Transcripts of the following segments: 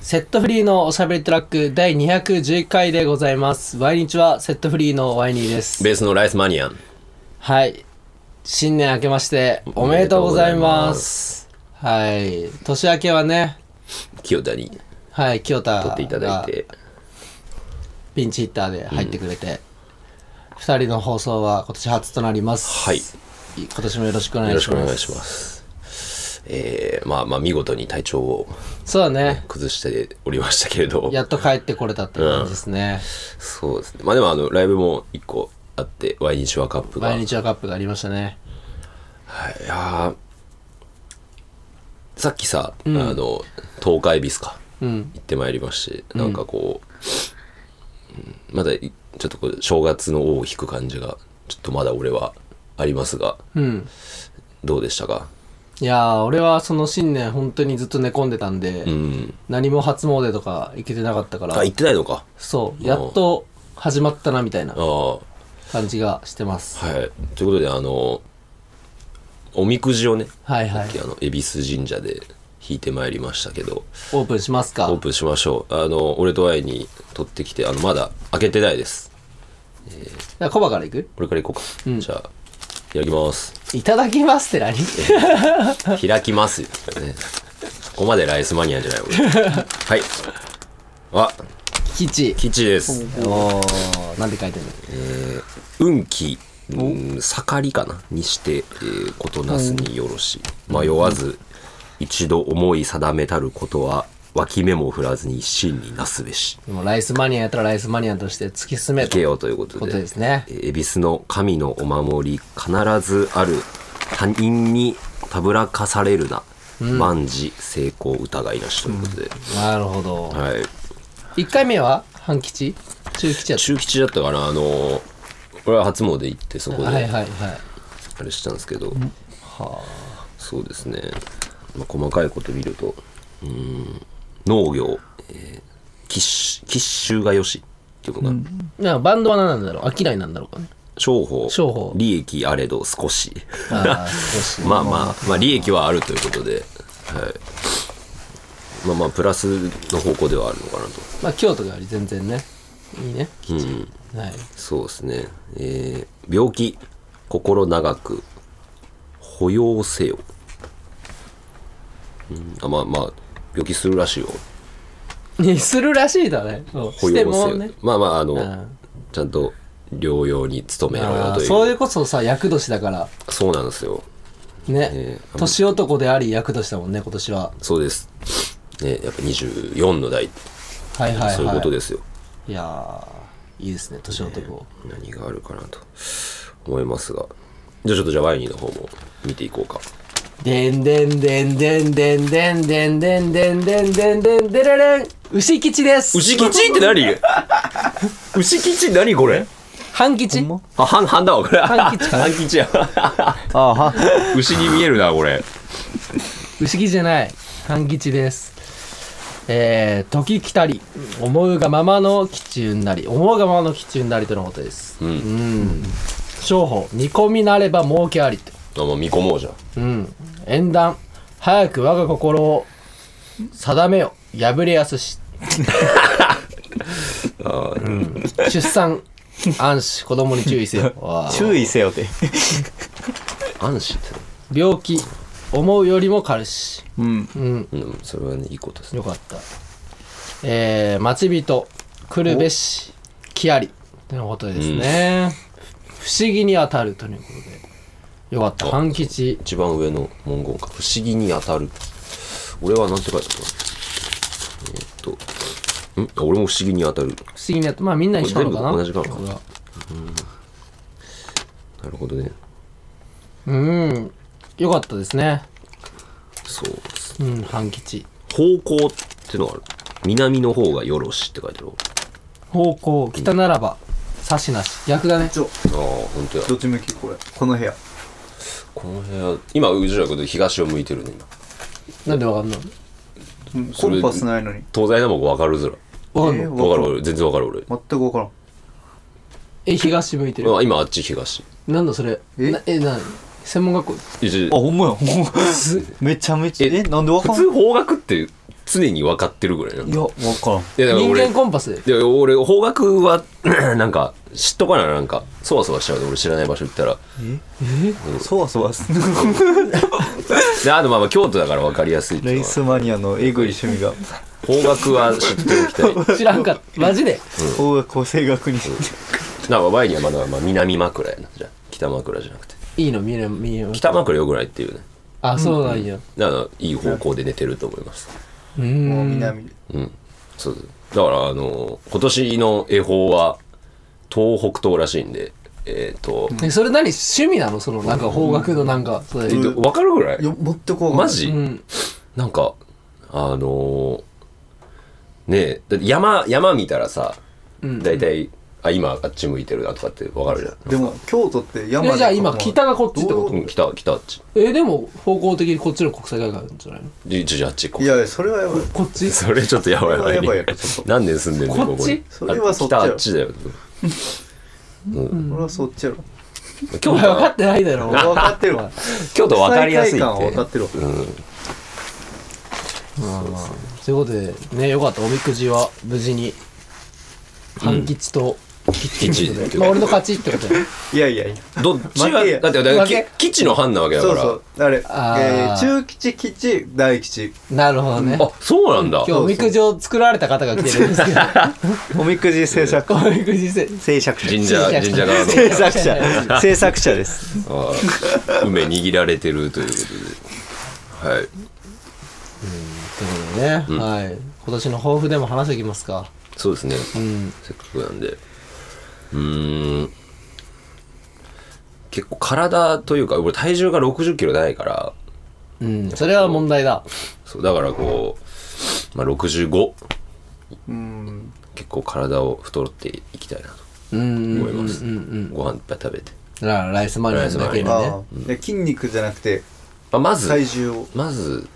セットフリーのおしゃべりトラック第211回でございます。毎日はセットフリーのワイニーです。ベースのライスマニアン。はい。新年明けましておめでとうございます。はい。年明けはね、清田にはい、清田撮っていただがいて。ピンチヒッターで入ってくれて、二人の放送は今年初となります。はい今年もよろしくお願よいろししまくおす。願いします。えー、まあまあ見事に体調をそうだね。崩しておりましたけれど。やっと帰ってこれたっていう感じですね。そうですね。まあでもあの、ライブも一個あって、ワイニシワカップが。毎日はカップがありましたね。はい、いやーさっきさ、あの東海ビスか、ん行ってまいりましてなんかこう、うんまだいちょっとこう正月の尾を引く感じがちょっとまだ俺はありますがうん。どうでしたかいやー、俺はその新年本当にずっと寝込んでたんで、うん何も初詣とか行けてなかったからあ、行ってないのかそう、もうやっと始まったなみたいなああは感じがしてます。いということであのおみくじをねはいはさいっ。きあの恵比寿神社で引いてまいりましたけどオープンしますかオープンしましょうあの俺と愛に取ってきてあのまだ開けてないですじゃあコバから行くこれから行こうか。じゃあ、開き ます。いただきますって何開きますよ、ね。ここまでライスマニアじゃない、 俺。はい。あ、吉。吉です。おー、なんて書いてんの運気、うん、盛りかなにして、えーことなすによろし。迷わず、一度思い定めたることは、脇目も振らずに真になすべし。でもライスマニアやったらライスマニアとして突き進め行けとよということで。ことですねえ。ー恵比寿の神のお守り必ずある他人にたぶらかされるな、万事成功疑いなしということで、なるほど。はい、 1回目は半吉中吉やっ中吉だったかなあのー俺は初詣行ってそこた。ではいはあいはい。れしたんですけど、そうですね、まあ、細かいこと見るとうーん農業、えー、吉し吉州がよしっていうのが、なバンドは何なんだろう商いなんだろう かね。商法商法利益あれど少しあー少し。まあまあ、まあ利益はあるということで、はい。まあまあ、プラスの方向ではあるのかなと。まあ京都より全然ね。いいね。吉。はい。そうですね。えー病気、心長く、保養せよ。うん、あまあまあ、病気するらしいよ。にするらしいだね。そう保して養せもよ。ね。まあまあ、あの、んちゃんと療養に努めろよあーという。そういうこそさ、厄年だから、そうなんですよ。ね、えー年男であり厄年だもんね、今年は。そうです。ね、やっぱ24の代、はいはいはい。そういうことですよ。いやー、いいですね、年男。何があるかなと思いますがじゃあちょっとじゃあワイニーの方も見ていこうかでんでんでんでんでんでんでんでんでんでんでんでんでれれん牛吉です牛吉っ て何牛吉何これ半吉あ半半だわこれ半吉かな半吉や 牛に見えるなこれ牛吉じゃない半吉ですえー、時来たり思うがままの吉運なり思うがままの吉運なりとのことですうん、商法見込みなれば儲けありとあもう見込もうじゃんうん縁談早く我が心を定めよ破れやす しうん出産安死子供に注意せ よわあ注意せよって。安心って病気思うよりも軽しうん。うんうんそれはねいいことですねよかったえー、待ち人来るべしきありとのことですね、不思議に当たるということでよかった半吉一番上の文言か不思議に当たる俺はなんて書いてあったかなえーっとんあ俺も不思議に当たる不思議に当たるまあみんな一緒なのかなこれ全部同じなのかこれはなるほどねうん、よかったですね。そうですうん、半吉。方向ってのがある南の方がよろしって書いてある方向、北ならば、差しなし。逆だね。ちょ、ああ本当やどっち向きこれ。この部屋。この部屋今宇治原君で東を向いてるね今なんでわかんのコンパスないのに。東西南北分かるずらわかんの、えー分かる分かる全然分かる全くわからん。え、東向いてる。俺あ今あっち東なんだそれ。えなえ、なに専門学校一 あ、ほんまや。ほんま。めちゃめちゃ。え、なんでわ普かん通方角って常に分かってるぐらいな。いいや、わからん。や、だから人俺間、コンパスでいや俺、方角は、 なんか、知っとかな、なんか、そわそわしちゃうで、俺知らない場所行ったら。そわそわす。 で、あとまあまあ、京都だから分かりやすいってレいうイのはスマニアのエグい趣味が、方角は知っておきたい。 知らんかったマジで大学を正確に。なんか前にはまだまあ南枕やなじゃあ北枕じゃなくていいの見れ見れ北枕よぐらいっていうねあそうなんやだからいい方向で寝てると思いますうーもうん南で。うんそうですだからあの今年の恵方は東北東らしいんでえっ、と、えそれ何趣味なのそのなんか方角のなんかそれえっと分かるぐらいよ、持ってこうマジ、うんなんかあのねえだって山山見たらさうん大体、あ今あっち向いてるなとかって分かるじゃんでも、京都って山で囲まえれ。じゃあ今北がこっちってことうん北北あっちえでも方向的にこっちの国際会館なんじゃないのじじゃあっちこいやいや、それはやばい。こっち それちょっとやばいそれはやばいやろ 何年住んでんのこっちこそれはそっちやあ北あろっちだよ。俺はそっちやろ。お京前都分かっはてないだろ俺は分かって るわ。京都分かりやすいって。国際会館は分かってるわ。まあまあということでねよかったおみくじは無事に半吉と吉吉でまあ俺の勝ちってことだよいやいやいや。どっちが負けやだってだから負けき基地の藩なわけだそかうら。そう。あれ、えあーー中吉、吉、大吉。なるほどねあそうなんだ。今日おみくじを作られた方が来てるんですけどおみくじ制作。おみくじせ 制作者。神社神社神社側の 制作者。 制作者です。あー梅握られてるということで。はい。ということでね、はい今年の抱負でも話してきますかそうですね。うんせっかくなんで。うーん。結構体というか俺体重が60キロないから。うんそれは問題だそうだからこう、まあ、65うん。結構体を太っていきたいなとうんうん思います、うんうんご飯いっぱい食べて、ラライスマニアだけにねああ。で筋肉じゃなくて、まあ、まず体重を。まず、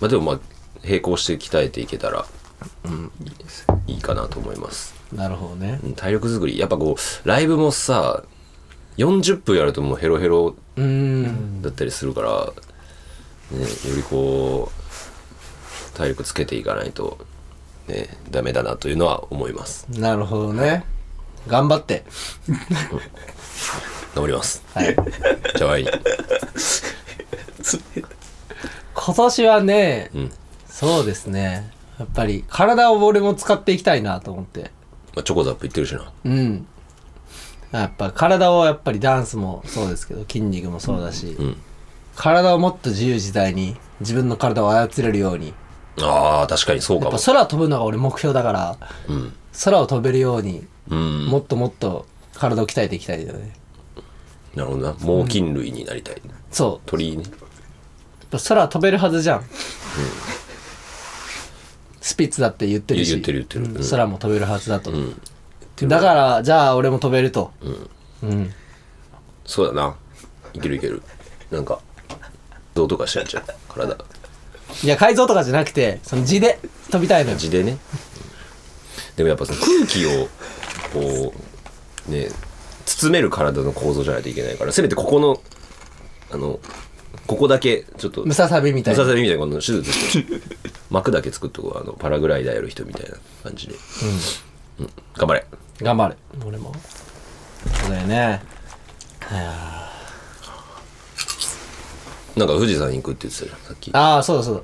まあ、でもまあ並行して鍛えていけたら、いいかなと思います、なるほどねうん体力作りやっぱこうライブもさ40分やるともうヘロヘロうんだったりするから、ね、よりこう体力つけていかないとねダメだなというのは思いますなるほどね頑張って頑張りますはいじゃあ ワイン今年はね、うんそうですねやっぱり体を俺も使っていきたいなと思ってまあ、チョコザップ行ってるしな。うんやっぱ体をやっぱりダンスもそうですけど筋肉もそうだし、うん。体をもっと自由自在に自分の体を操れるようにああ、確かにそうやかっぱも。空を飛ぶのが俺目標だからうん。空を飛べるようにうん。もっともっと体を鍛えていきたいよねなるほどな。猛禽類になりたい。そう鳥ね。やっぱ空は飛べるはずじゃん、スピッツだって言ってるし言ってる言ってるうん空も飛べるはずだと、んだからじゃあ俺も飛べるとうん、そうだな。いけるいける。なんか、どうとかしちゃうじゃん。体。いや改造とかじゃなくてその地で飛びたいのよ地でね。うんでもやっぱその空気を、こう、ね、包める体の構造じゃないといけないから、せめてここの、あの、ここだけ、ちょっと、ムササビみたムいなササビみたいなこの手術して膜だけ作っとこうあのパラグライダーやる人みたいな感じで、うん頑張れ頑張れ俺もそうだよねなんか富士山行くって言ってたじゃんさっきああそうだそうだ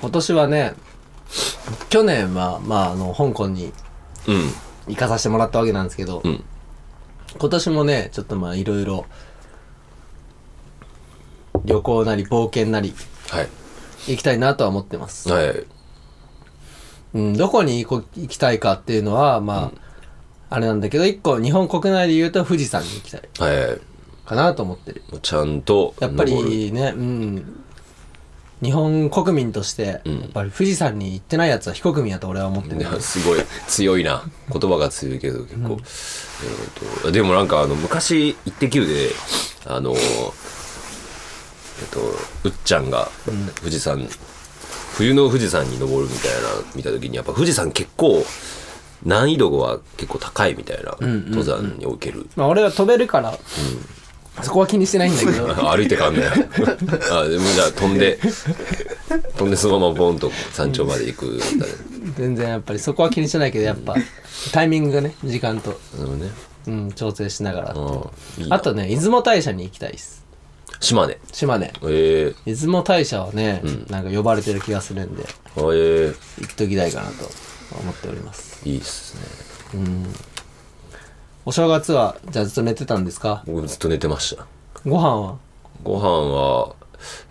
今年はね去年はまああの香港にうん行かさせてもらったわけなんですけど、ん今年もねちょっとまあいろいろ旅行なり冒険なりはい行きたいなとは思ってます、はいはいうん、どこに行こ行きたいかっていうのはまあ、あれなんだけど一個日本国内で言うと富士山に行きたいはいはいかなと思ってるもうちゃんとやっぱ登るりねうん日本国民として、うんやっぱり富士山に行ってないやつは非国民やと俺は思ってるいやすごい強いな言葉が強いけど結構、えーとでもなんかあの昔「イッテ Q!」であのーえっとうっちゃんが富士山、冬の富士山に登るみたいな見た時にやっぱ富士山結構難易度は結構高いみたいな、登山における まあ俺は飛べるから、 そこは気にしてないんだけどあ歩いてかんねあでもじゃあ飛んで飛んでそのままボンと山頂まで行くんだね。全然やっぱりそこは気にしてないけどやっぱタイミングがね時間と、なるほどね。うん、調整しながらっていううんいいなあとね出雲大社に行きたいです島根。島根ええ出雲大社はね、なんか呼ばれてる気がするんであえ行っときたいかなと思っておりますえいいっすね。お正月はじゃあずっと寝てたんですか僕ずっと寝てました。ご飯はご飯は、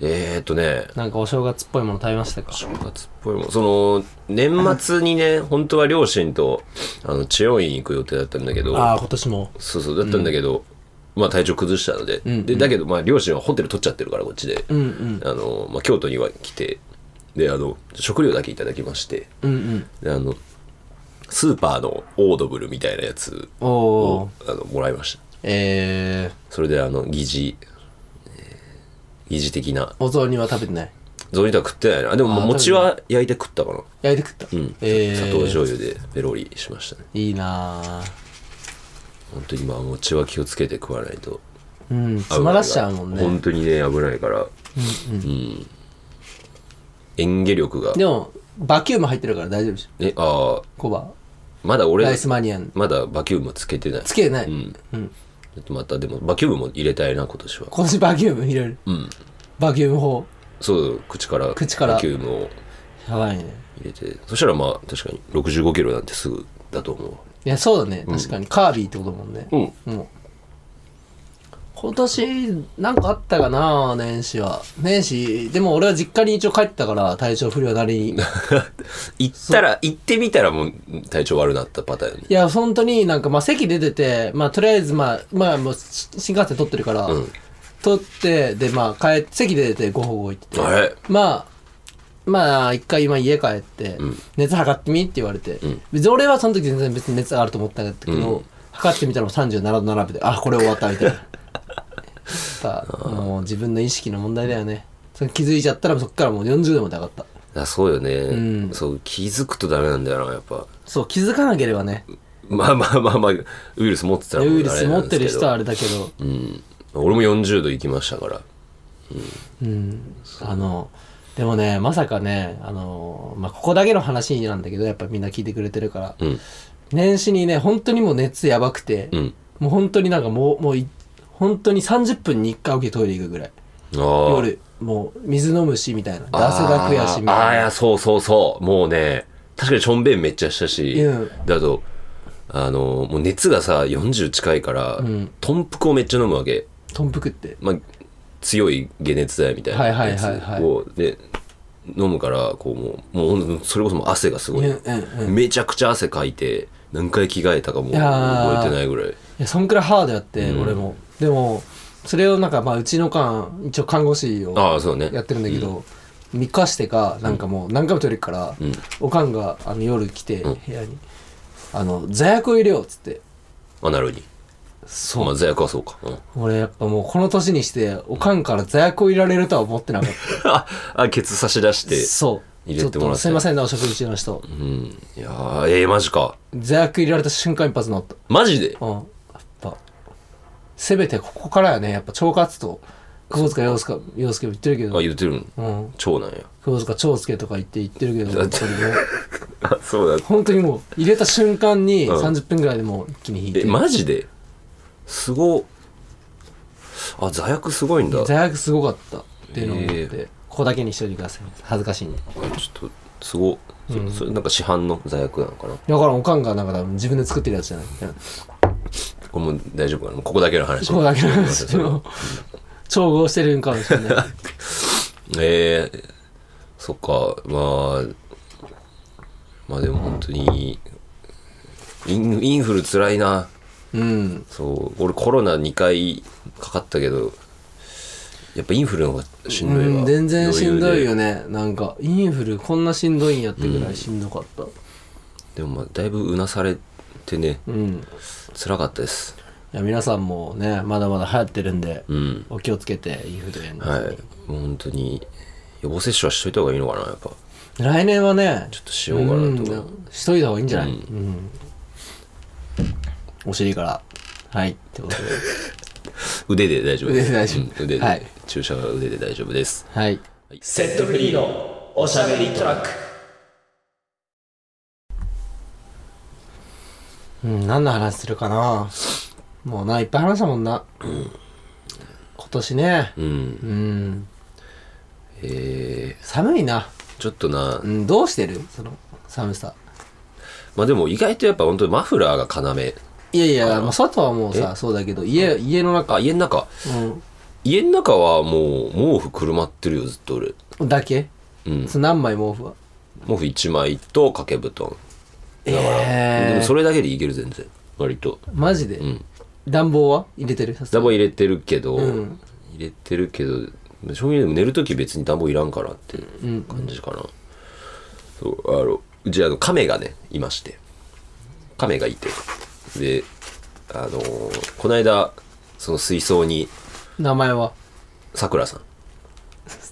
えー、っとね、なんかお正月っぽいもの食べましたか正月っぽいもんその年末にね本当は両親とあの治療院行く予定だったんだけどああ今年もそうそうだったんだけど、まあ体調崩したので,、でだけどまあ両親はホテル取っちゃってるからこっちで、あのまあ、京都には来てであの食料だけいただきましてうんうんであのスーパーのオードブルみたいなやつおをおあのもらいましたえそれであの疑似、えー疑似的なー、お雑煮は食べてないゾニタ食ってないなでもまああー餅は焼いて食ったかな焼いて食った、うん、えー、砂糖醤油でペロリしましたねいいなあ本当に今餅は気をつけて食わないとうん詰まらしちゃうもん本ね当にね危ないからうん、演技力がでもバキューム入ってるから大丈夫でしょえああコバまだ俺ライスマニアンまだバキュームつけてないつけてない、うんうんちょっとまたでもバキュームも入れたいな今年は今年バキューム入れる、うんバキューム法そう口から口からバキュームをやばいね入れてそしたらまあ確かに65キロなんてすぐだと思いやそうだね確かに、カービィってことだもんねう うんもう今年なんかあったかな年始は年始でも俺は実家に一応帰ったから体調不良なりに行ったら行ってみたらもう体調悪なったパターンねいや本当になんかまあ席出ててまあとりあえずまあまあもうし新幹線取ってるから、うん取ってでまあ帰席出ててごほごほ行っててあれまあまあ一回今家帰って、熱測ってみって言われて、別に俺はその時全然別に熱あると思ったんだけど、測ってみたらもう37度並べてあこれ終わったみ たいなやっぱもう自分の意識の問題だよねそれ気づいちゃったらそっからもう40度まで上がったあそうよね、んそう気づくとダメなんだよなやっぱそう気づかなければねまあまあまあまあウイルス持ってウたらもうイルスあれな持んっでてするけど人はあれだけどうん俺も40度行きましたからあのでもねまさかねあの、まあ、ここだけの話なんだけどやっぱみんな聞いてくれてるから、うん年始にね本当にもう熱やばくて、うんもう本当になんかもうもうい本当に30分に1回起きてトイレ行くぐらいああ夜もう水飲むしみたいなで汗だくやしみあーあたーいいやなそうそうそうもうね確かにしょんべんめっちゃしたし、うんだとあのもう熱がさ40近いから、ん豚腹をめっちゃ飲むわけとんぷくってまあ強い解熱剤みたいなはいはいやつを、はいはいで飲むからこうもうもうほんとそれこそもう汗がすごい、うんうんうんめちゃくちゃ汗かいて何回着替えたかもういやー覚えてないぐらいいやそんくらいハードやって、うん俺もでもそれをなんかまあうちの間一応看護師をああそうねやってるんだけど、見かしてかなんかもう何回もトイレ行くから、うんおかんがあの夜来てん部屋に「あの座薬を入れよう」っつってアナルにそまあ座薬はそうか、うん、 俺やっぱもうこの年にしておかんから座薬を入れられるとは思ってなかっあケツ差し出したてそう入ちょれってもらとってすいませんねお食事中の人うんいやーええマジか座薬入れられた瞬間一発治ったマジでうんやっぱせめてここからやねやっぱ腸活と久保塚洋介洋介も言ってるけあど言ってるのうん長男や久保塚長介とか言って言ってるけど だ本って当にもうあそうだ本当にもう入れた瞬間にうん30分ぐらいでもう一気に引いてえマジですごっあ座薬すごいんだ座ちょ薬すごかったっていうのを思って、へここだけにしといてください恥ずかしいんでっとすごっそれ,、なんか市販の座薬なのかなだからんおかんがなんか多分自分で作ってるやつ じゃないこれもう大丈夫かなここだけの話ここだけの話 を調合してるんかもしれないええそっかまあまあでも本当にインインフルつらいなうんそう俺コロナ2回かかったけどやっぱインフルの方がしんどいわ、うん全然しんどいよねねなんかインフルこんなしんどいんやってぐらいしんどかったでもまあだいぶうなされてねうん、い辛かったですや皆さんもねまだまだ流行ってるんで、うんお気をつけてインフルエンザに、はいもう本当に予防接種はしといた方がいいのかなやっぱ来年はねちょっとしようかなと、うんしといた方がいいんじゃない、うんお尻からはいってことで腕で大丈夫です腕で大丈夫うん腕で、はい注射は腕で大丈夫ですはいセットフリーのおしゃべりトラックうん、何の話するかなもうないっぱい話したもんな、今年ねうんうんえ寒いな、ー、ちょっとなうん、どうしてるその寒さまあでも意外とやっぱ本当にマフラーが要いやいや、まあ、外はもうさそうだけど家家の中、あ家の中家の中はもう毛布くるまってるよずっと俺うん、だけうんその何枚毛布は毛布1枚と掛け布団えでえもーそれだけでいける全然割とマジで、ん暖房は入れてるさすが暖に房入れてるけど、うん入れてるけど正味でも寝る時別に暖房いらんからっていう感じかな、そうあのうちあの亀がねいまして亀がいてであのーこの間その水槽に名前はさくらさ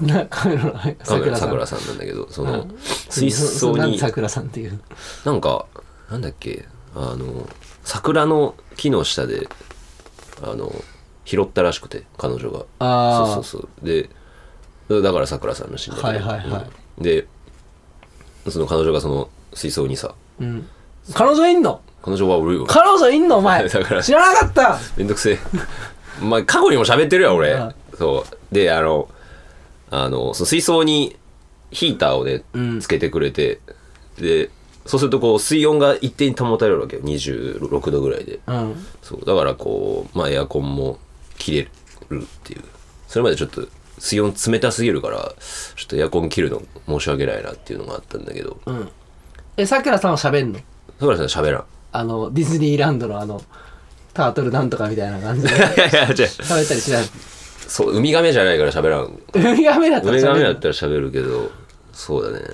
んなカメラのさく亀らさのさんくらさんなんだけどその、うん水槽そうにさくらさんっていうなんか、なんだっけ、あの、桜の木の下で、あの、拾ったらしくて、彼女が。あーそうそうそう。で、だから桜さんらしいんだけど。はいはいはいうんで、その彼女がその水槽にさ、うん彼女いんの彼女は俺を、彼女いんのお 前だから知らなかっためんどくせえ。 まあ、過去にも喋ってるよ、俺うん。そう。で、あの、あの、その水槽にヒーターをねうん、つけてくれて、で、そうするとこう、水温が一定に保たれるわけよ。26度ぐらいで。うんそうだからこう、まあ、エアコンも切れるっていうそれまでちょっと水温冷たすぎるからちょっとエアコン切るの申し訳ないなっていうのがあったんだけどうんえさくらさんは喋んのそらさん喋らん あのディズニーランドのあのタートルなんとかみたいな感じで いやいや違う喋ったりしないそうウミガメじゃないから喋らんウ ミガメだったウらミガメ喋だっるたら喋るけどそうだね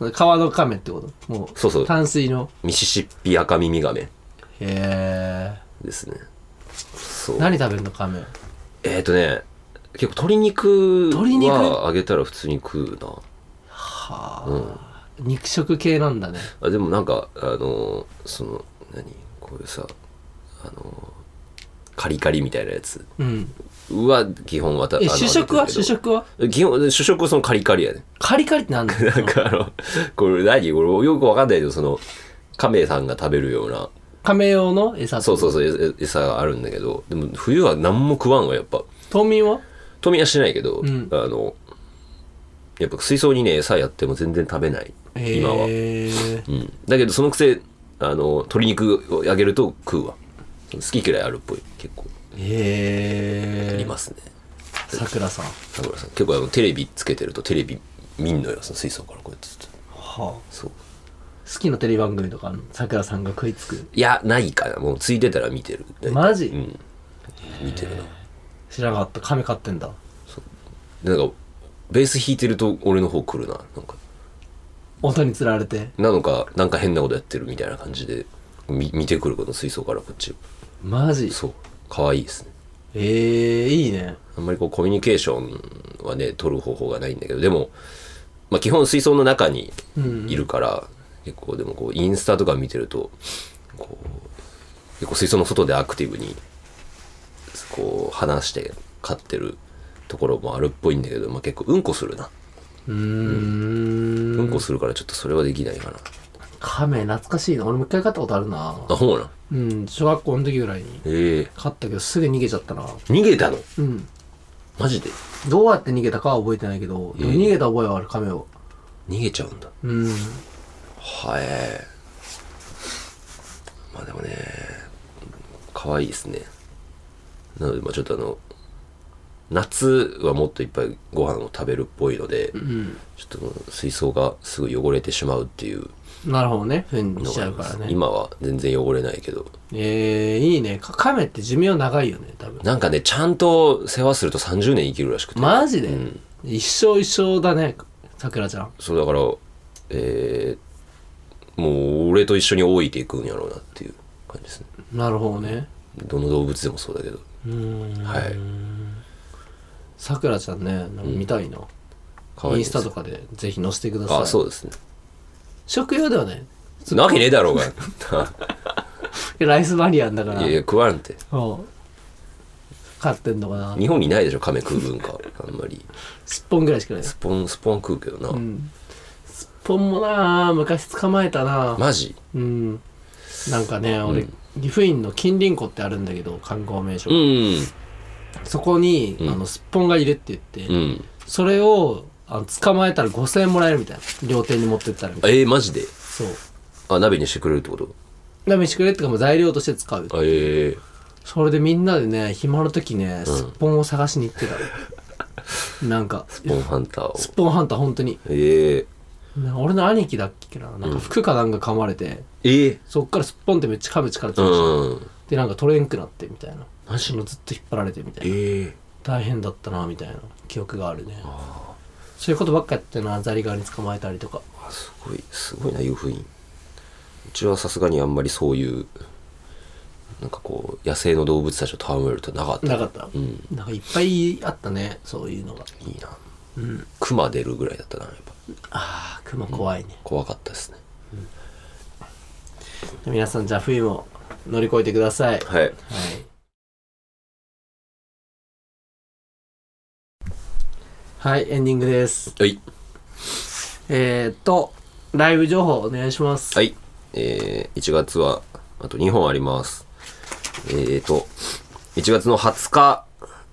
の川の亀ってこともうそうそう淡水のミシシッピアカミミガメへえですねそう何食べるの亀えっ、ー、とね結構鶏肉鶏肉は揚げたら普通に食うな肉食系なんだねあでもなんかあのーその何こういうさあのーカリカリみたいなやつうんは基本はたえあの主食はあれ主だけど食は基本主食はそのカリカリやねカリカリってなんだなんかあのこれ何これよくわかんないけどその亀さんが食べるような亀用の餌ってそうことそうそうえ餌があるんだけどでも冬は何も食わんわやっぱ冬眠は冬眠はしないけど、んあのやっぱ水槽にね餌やっても全然食べない今は、へーうん、だけどそのくせあの鶏肉を揚げると食うわ好き嫌いあるっぽい結構あへりえますねさくらさん田村さん結構あのテレビつけてるとテレビ見んのよその水槽からこうやってずっとはあそう好きなテレビ番組とかあんのさくらさんが食いつくいやないかなもうついてたら見てるマジうん見てるな知らなかった亀飼ってんだでなんかベース弾いてると俺の方来るななんか音につられてなのかなんか変なことやってるみたいな感じでみ見てくるこの水槽からこっちマジそう可愛いですねええいいねあんまりこうコミュニケーションはね取る方法がないんだけどでも、まあ、基本水槽の中にいるから、結構でもこうインスタとか見てるとこう結構水槽の外でアクティブにこう話して飼ってるところもあるっぽいんだけど、まあ、結構うんこするな、うーんうん、こするからちょっとそれはできないかな亀懐かしいな俺も一回飼ったことあるなあほうなんうん小学校の時ぐらいにええ飼ったけどすぐ逃げちゃったな逃げたのうんマジでどうやって逃げたかは覚えてないけど、でも逃げた覚えはある亀を逃げちゃうんだうんはえまあでもね可愛いですねなのでまあちょっとあの夏はもっといっぱいご飯を食べるっぽいので、ちょっともう水槽がすぐ汚れてしまうっていうなるほどねふうにのしちがゃありうかまらす、ね今は全然汚れないけどええいいねか亀って寿命長いよね多分なんかねちゃんと世話すると30年生きるらしくてマジで、うん一生一生だねさくらちゃんそうだからえーもう俺と一緒に老いていくんやろうなっていう感じですねなるほどねどの動物でもそうだけどはいさくらちゃんねなんか見たいな、可イ愛いでンすスタとかでぜひ載せてくださいあそうですね食用ではねなわけねえだろうが。 ライスマニアンだからいやいや、食わんって。そう買ってんのかな日本にないでしょ、亀食う文化。あんまりすっぽんぐらいしかないなスポンスポン食うけどな、うんすっぽんもなあ昔捕まえたなあマジうんなんかね俺、うん岐阜院の金鱗湖ってあるんだけど観光名所、うんそこに、うんあのすっぽんがいるって言って、うんそれをあの捕まえたら5000円もらえるみたいな料亭に持ってったらみたいえー、マジでなそうあ鍋にしてくれるってことな飯くれってかもう材料として使うあえー、それでみんなでね暇の時ねすっぽんを探しに行ってた、 なんかスポンハンターをすっぽんハンター本当にええな俺の兄貴だっけななんか服かなんか噛まれて、ええそっからすっぽんってめっちゃ噛む力ついてきてうんでなんか取れんくなってみたいなマジのずっと引っ張られてみたいなええ大変だったなみたいな記憶があるねそういうことばっかやってたなザリガニ捕まえたりとかあすごいすごいな湯布院うちはさすがにあんまりそういうなんかこう野生の動物たちを戯れるとなかったなかった、うんなんかいっぱいあったねそういうのがいいな、うん、熊出るぐらいだったなやっぱああ熊怖いね、怖かったですね皆さんじゃあ冬も乗り越えてください、はいはいはい、エンディングです。はいえー、っと、ライブ情報お願いします。はいえー、1月はあと2本ありますえーと1月の20日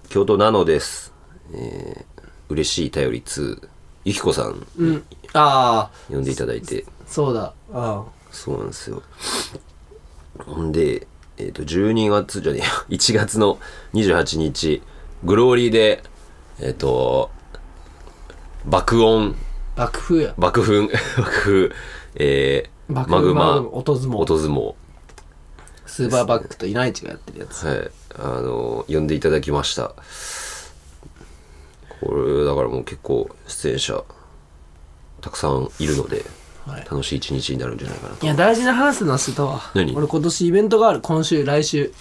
京都なのですえー、嬉しい便り2ゆきこさんうん。ああ、呼んでいただいてそうだ。あそうなんですよ。ほんで、えっ、と、12月じゃねえや、1月 の28日、グローリーで、えっ、と、爆音、あ、爆風や。爆噴、爆風、 えー、爆マグマ、音相撲。音相撲、スーパーバックと稲市がやってるやつ。はい、あの、呼んでいただきました。これ、だからもう結構、出演者、たくさんいるので、はい楽しい一日になるんじゃないかなと。いや、大事な話なしてたわ。何俺今年イベントがある。今週、来週。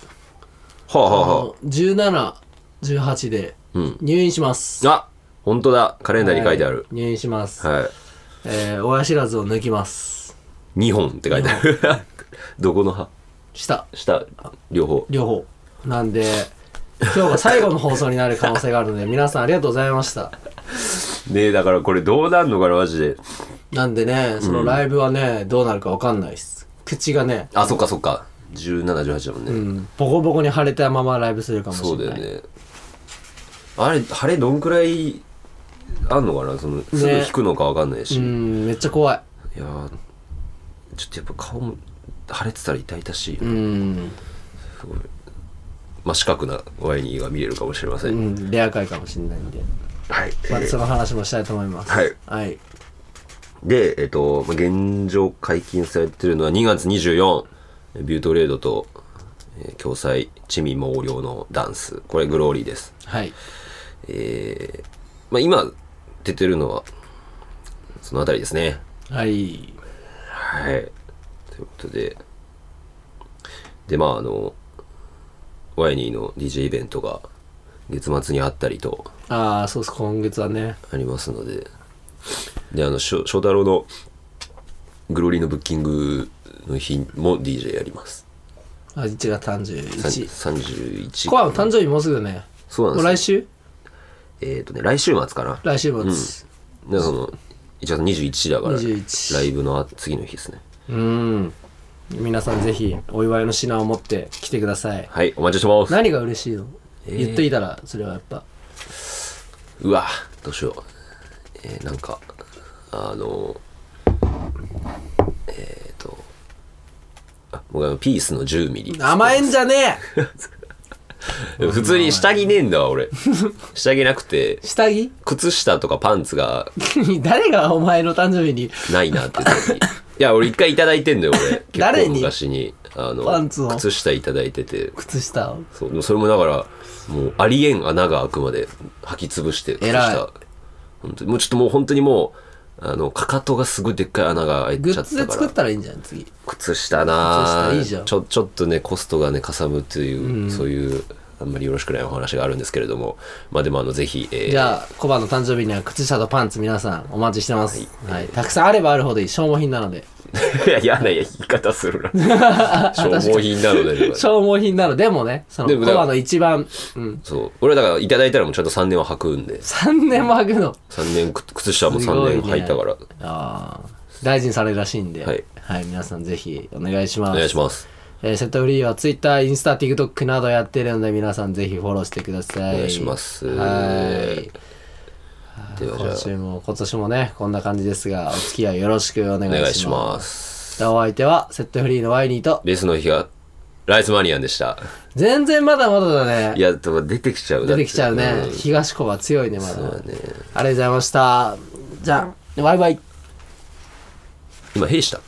はあ、はあはああの、17、18でうん入院します。あ本当だカレンダーに書いてあるは。入院します。はい。えー、親知らずを抜きます。 2本って書いてある。 どこの歯した。下、両方。両方。なんで、今日が最後の放送になる可能性がある ので、皆さんありがとうございました。ねえ、だからこれどうなんのかな、マジで。なんでね、そのライブはね、どうなるかわかんないっす。口がね、あ、そっかそっか。17、18だもんね。うん、ボコボコに腫れたままライブするかもしれなそい。うだよね。あれ、晴れどんくらいあんのかなその、すぐ引くのかわかんないし。うん、めっちゃ怖い。いやーちょっとやっぱ顔も腫れてたら痛々しいよ。うん、真四角なワイニーが見れるかもしれませ。うんん、レア回かもしれないんで。はい。またその話もしたいと思います。はい。はい。で、えっと、まあ現状解禁されてるのは2月24、ビュートレードと、えー共催、地味猛量のダンス。これ、グローリーです。はい。えーまあ、今、出てるのは、そのあたりですね。はい。はい。ということで、で、まあ、あの、ワイニーの DJ イベントが、月末にあったりと、ああ、そうっす、今月はね。ありますので、で、あの、しょ翔太郎のグローリーのブッキングの日も DJ やります。あ1月さん31。 31コアの誕生日もうすぐね。そうもうなんで来す週よ。えっ、とね、来週末かな。来週うん。末。で、その、1月21だから、 21ライブのあ次の日ですね。うん。皆さんぜひ、お祝いの品を持って来てください。はい、お待ちしてます。何が嬉しいの言っといたら、それはやっぱ。うわ、どうしよう。えーなんか、あの、えっ、と、あ、僕あの、ピースの10ミリ。甘えんじゃねえでも普通に下着ねえんだわ、 俺。下着なくて。下着 靴下とかパンツが誰がお前の誕生日にないなって時いや俺一回いただいてんだよ俺誰結構に昔にあのパンツを靴下いただいてて靴下をそうでもそれもだからもうありえん穴が開くまで履き潰して靴偉い下本当にもうちょっともう本当にもうあのかかとがすごいでっかい穴が開いグちゃッっズたでか作っらたらいいんじゃん次靴下なあ靴下いいじゃんちょちょっとねコストがねかさむという、そういうあんまりよろしくないお話があるんですけれどもまあでもあのぜひ、えーじゃあコバの誕生日には靴下とパンツ皆さんお待ちしてます、はいたくさんあればあるほどいい消耗品なので いや嫌な言い方 するな消耗品なので消耗品なのでもねそでのもコだからアの一番、うん、そう俺はだからいただいたらもうちゃんと3年は履くんで3年も履くの3年靴靴下も3年履いたから、ああ大事にされるらしいんで、はい皆さんぜひお願いしおます願いしますえーセットフリーは Twitter、インスタ、TikTok などやってるので皆さんぜひフォローしてくださいお願いしますはいではじゃあ今週も今年もねこんな感じですがお付き合いよろしくお願お願いいししまますすお相手はセットフリーのワイニーとレースの日がライスマニアンでした全然まだまだだいねやでも出てきちゃうだ出ってきちゃうね、ん東子は強いねまだそうだねありがとうございましたじゃあバイバイ今兵士だ